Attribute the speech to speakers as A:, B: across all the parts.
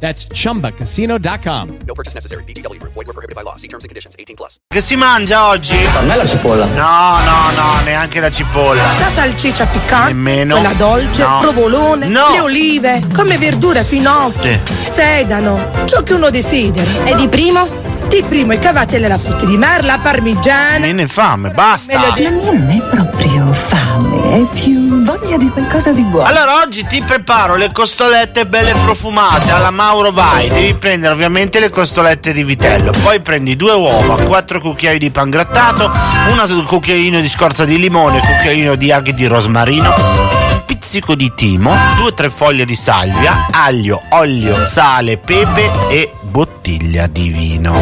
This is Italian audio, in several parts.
A: That's chumbacasino.com.
B: No purchase necessary. VGW Group. Void were prohibited by law. See terms and conditions. 18 plus.
C: Che si mangia oggi?
D: Non è la cipolla.
C: No, no, no, neanche la cipolla.
E: La salsiccia piccante,
C: Nemmeno.
E: quella dolce,
C: No.
E: provolone,
C: No.
E: le olive, come verdura finocchi, sedano, ciò che uno desidera.
F: E di primo?
E: Di primo e cavatele la frutta di mare, la parmigiana.
C: Ne ne fame, basta.
E: Meglio di-
F: La mia non è proprio fame, è più voglia di qualcosa di buono.
C: Allora oggi ti preparo le costolette belle profumate alla Mauro Vai. Devi prendere ovviamente le costolette di vitello. Poi prendi due uova, quattro cucchiai di pan grattato, una s- cucchiaino di scorza di limone, cucchiaino di aghi di rosmarino, un pizzico di timo, due o tre foglie di salvia, aglio, olio, sale, pepe e bottiglia di vino.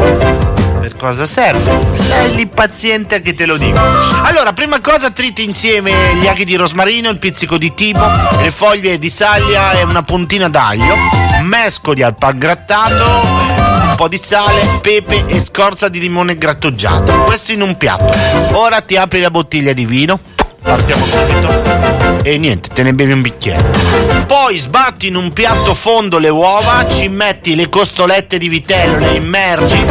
C: Per cosa serve? Stai lì paziente che te lo dico. Allora, prima cosa triti insieme gli aghi di rosmarino, il pizzico di timo, le foglie di saglia e una puntina d'aglio. Mescoli al pan grattato, un po' di sale, pepe e scorza di limone grattugiato. Questo in un piatto. Ora ti apri la bottiglia di vino. Partiamo subito. E niente, te ne bevi un bicchiere. Poi sbatti in un piatto fondo le uova, ci metti le costolette di vitello, le immergi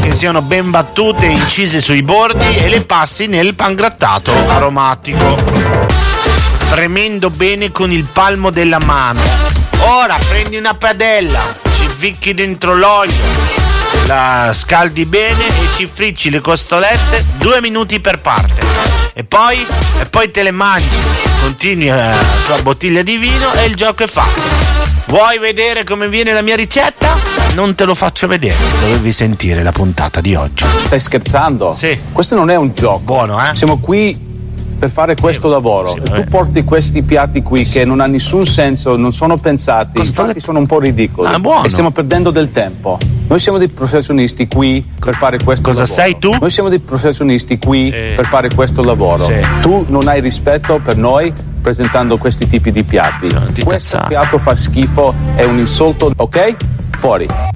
C: che siano ben battute, incise sui bordi e le passi nel pangrattato aromatico, premendo bene con il palmo della mano. Ora prendi una padella, ci vicchi dentro l'olio, la scaldi bene e ci fricci le costolette due minuti per parte. E poi, e poi te le mangi, continui eh, la tua bottiglia di vino e il gioco è fatto. Vuoi vedere come viene la mia ricetta? Non te lo faccio vedere, dovevi sentire la puntata di oggi.
D: Stai scherzando?
C: Sì.
D: Questo non è un gioco.
C: Buono, eh?
D: Siamo qui per fare questo lavoro.
C: sì,
D: E
C: vabbè.
D: tu porti questi piatti qui che non hanno nessun senso, non sono pensati,
C: Costole-
D: infatti sono un po' ridicoli.
C: Ah, buono.
D: E stiamo perdendo del tempo. Noi siamo dei professionisti qui per fare questo
C: Cosa
D: lavoro.
C: sei tu?
D: Noi siamo dei professionisti qui
C: Eh.
D: per fare questo lavoro.
C: Sì.
D: Tu non hai rispetto per noi presentando questi tipi di piatti.
C: Sì, non ti
D: questo
C: cazzare.
D: piatto fa schifo, è un insulto, ok? Fuori.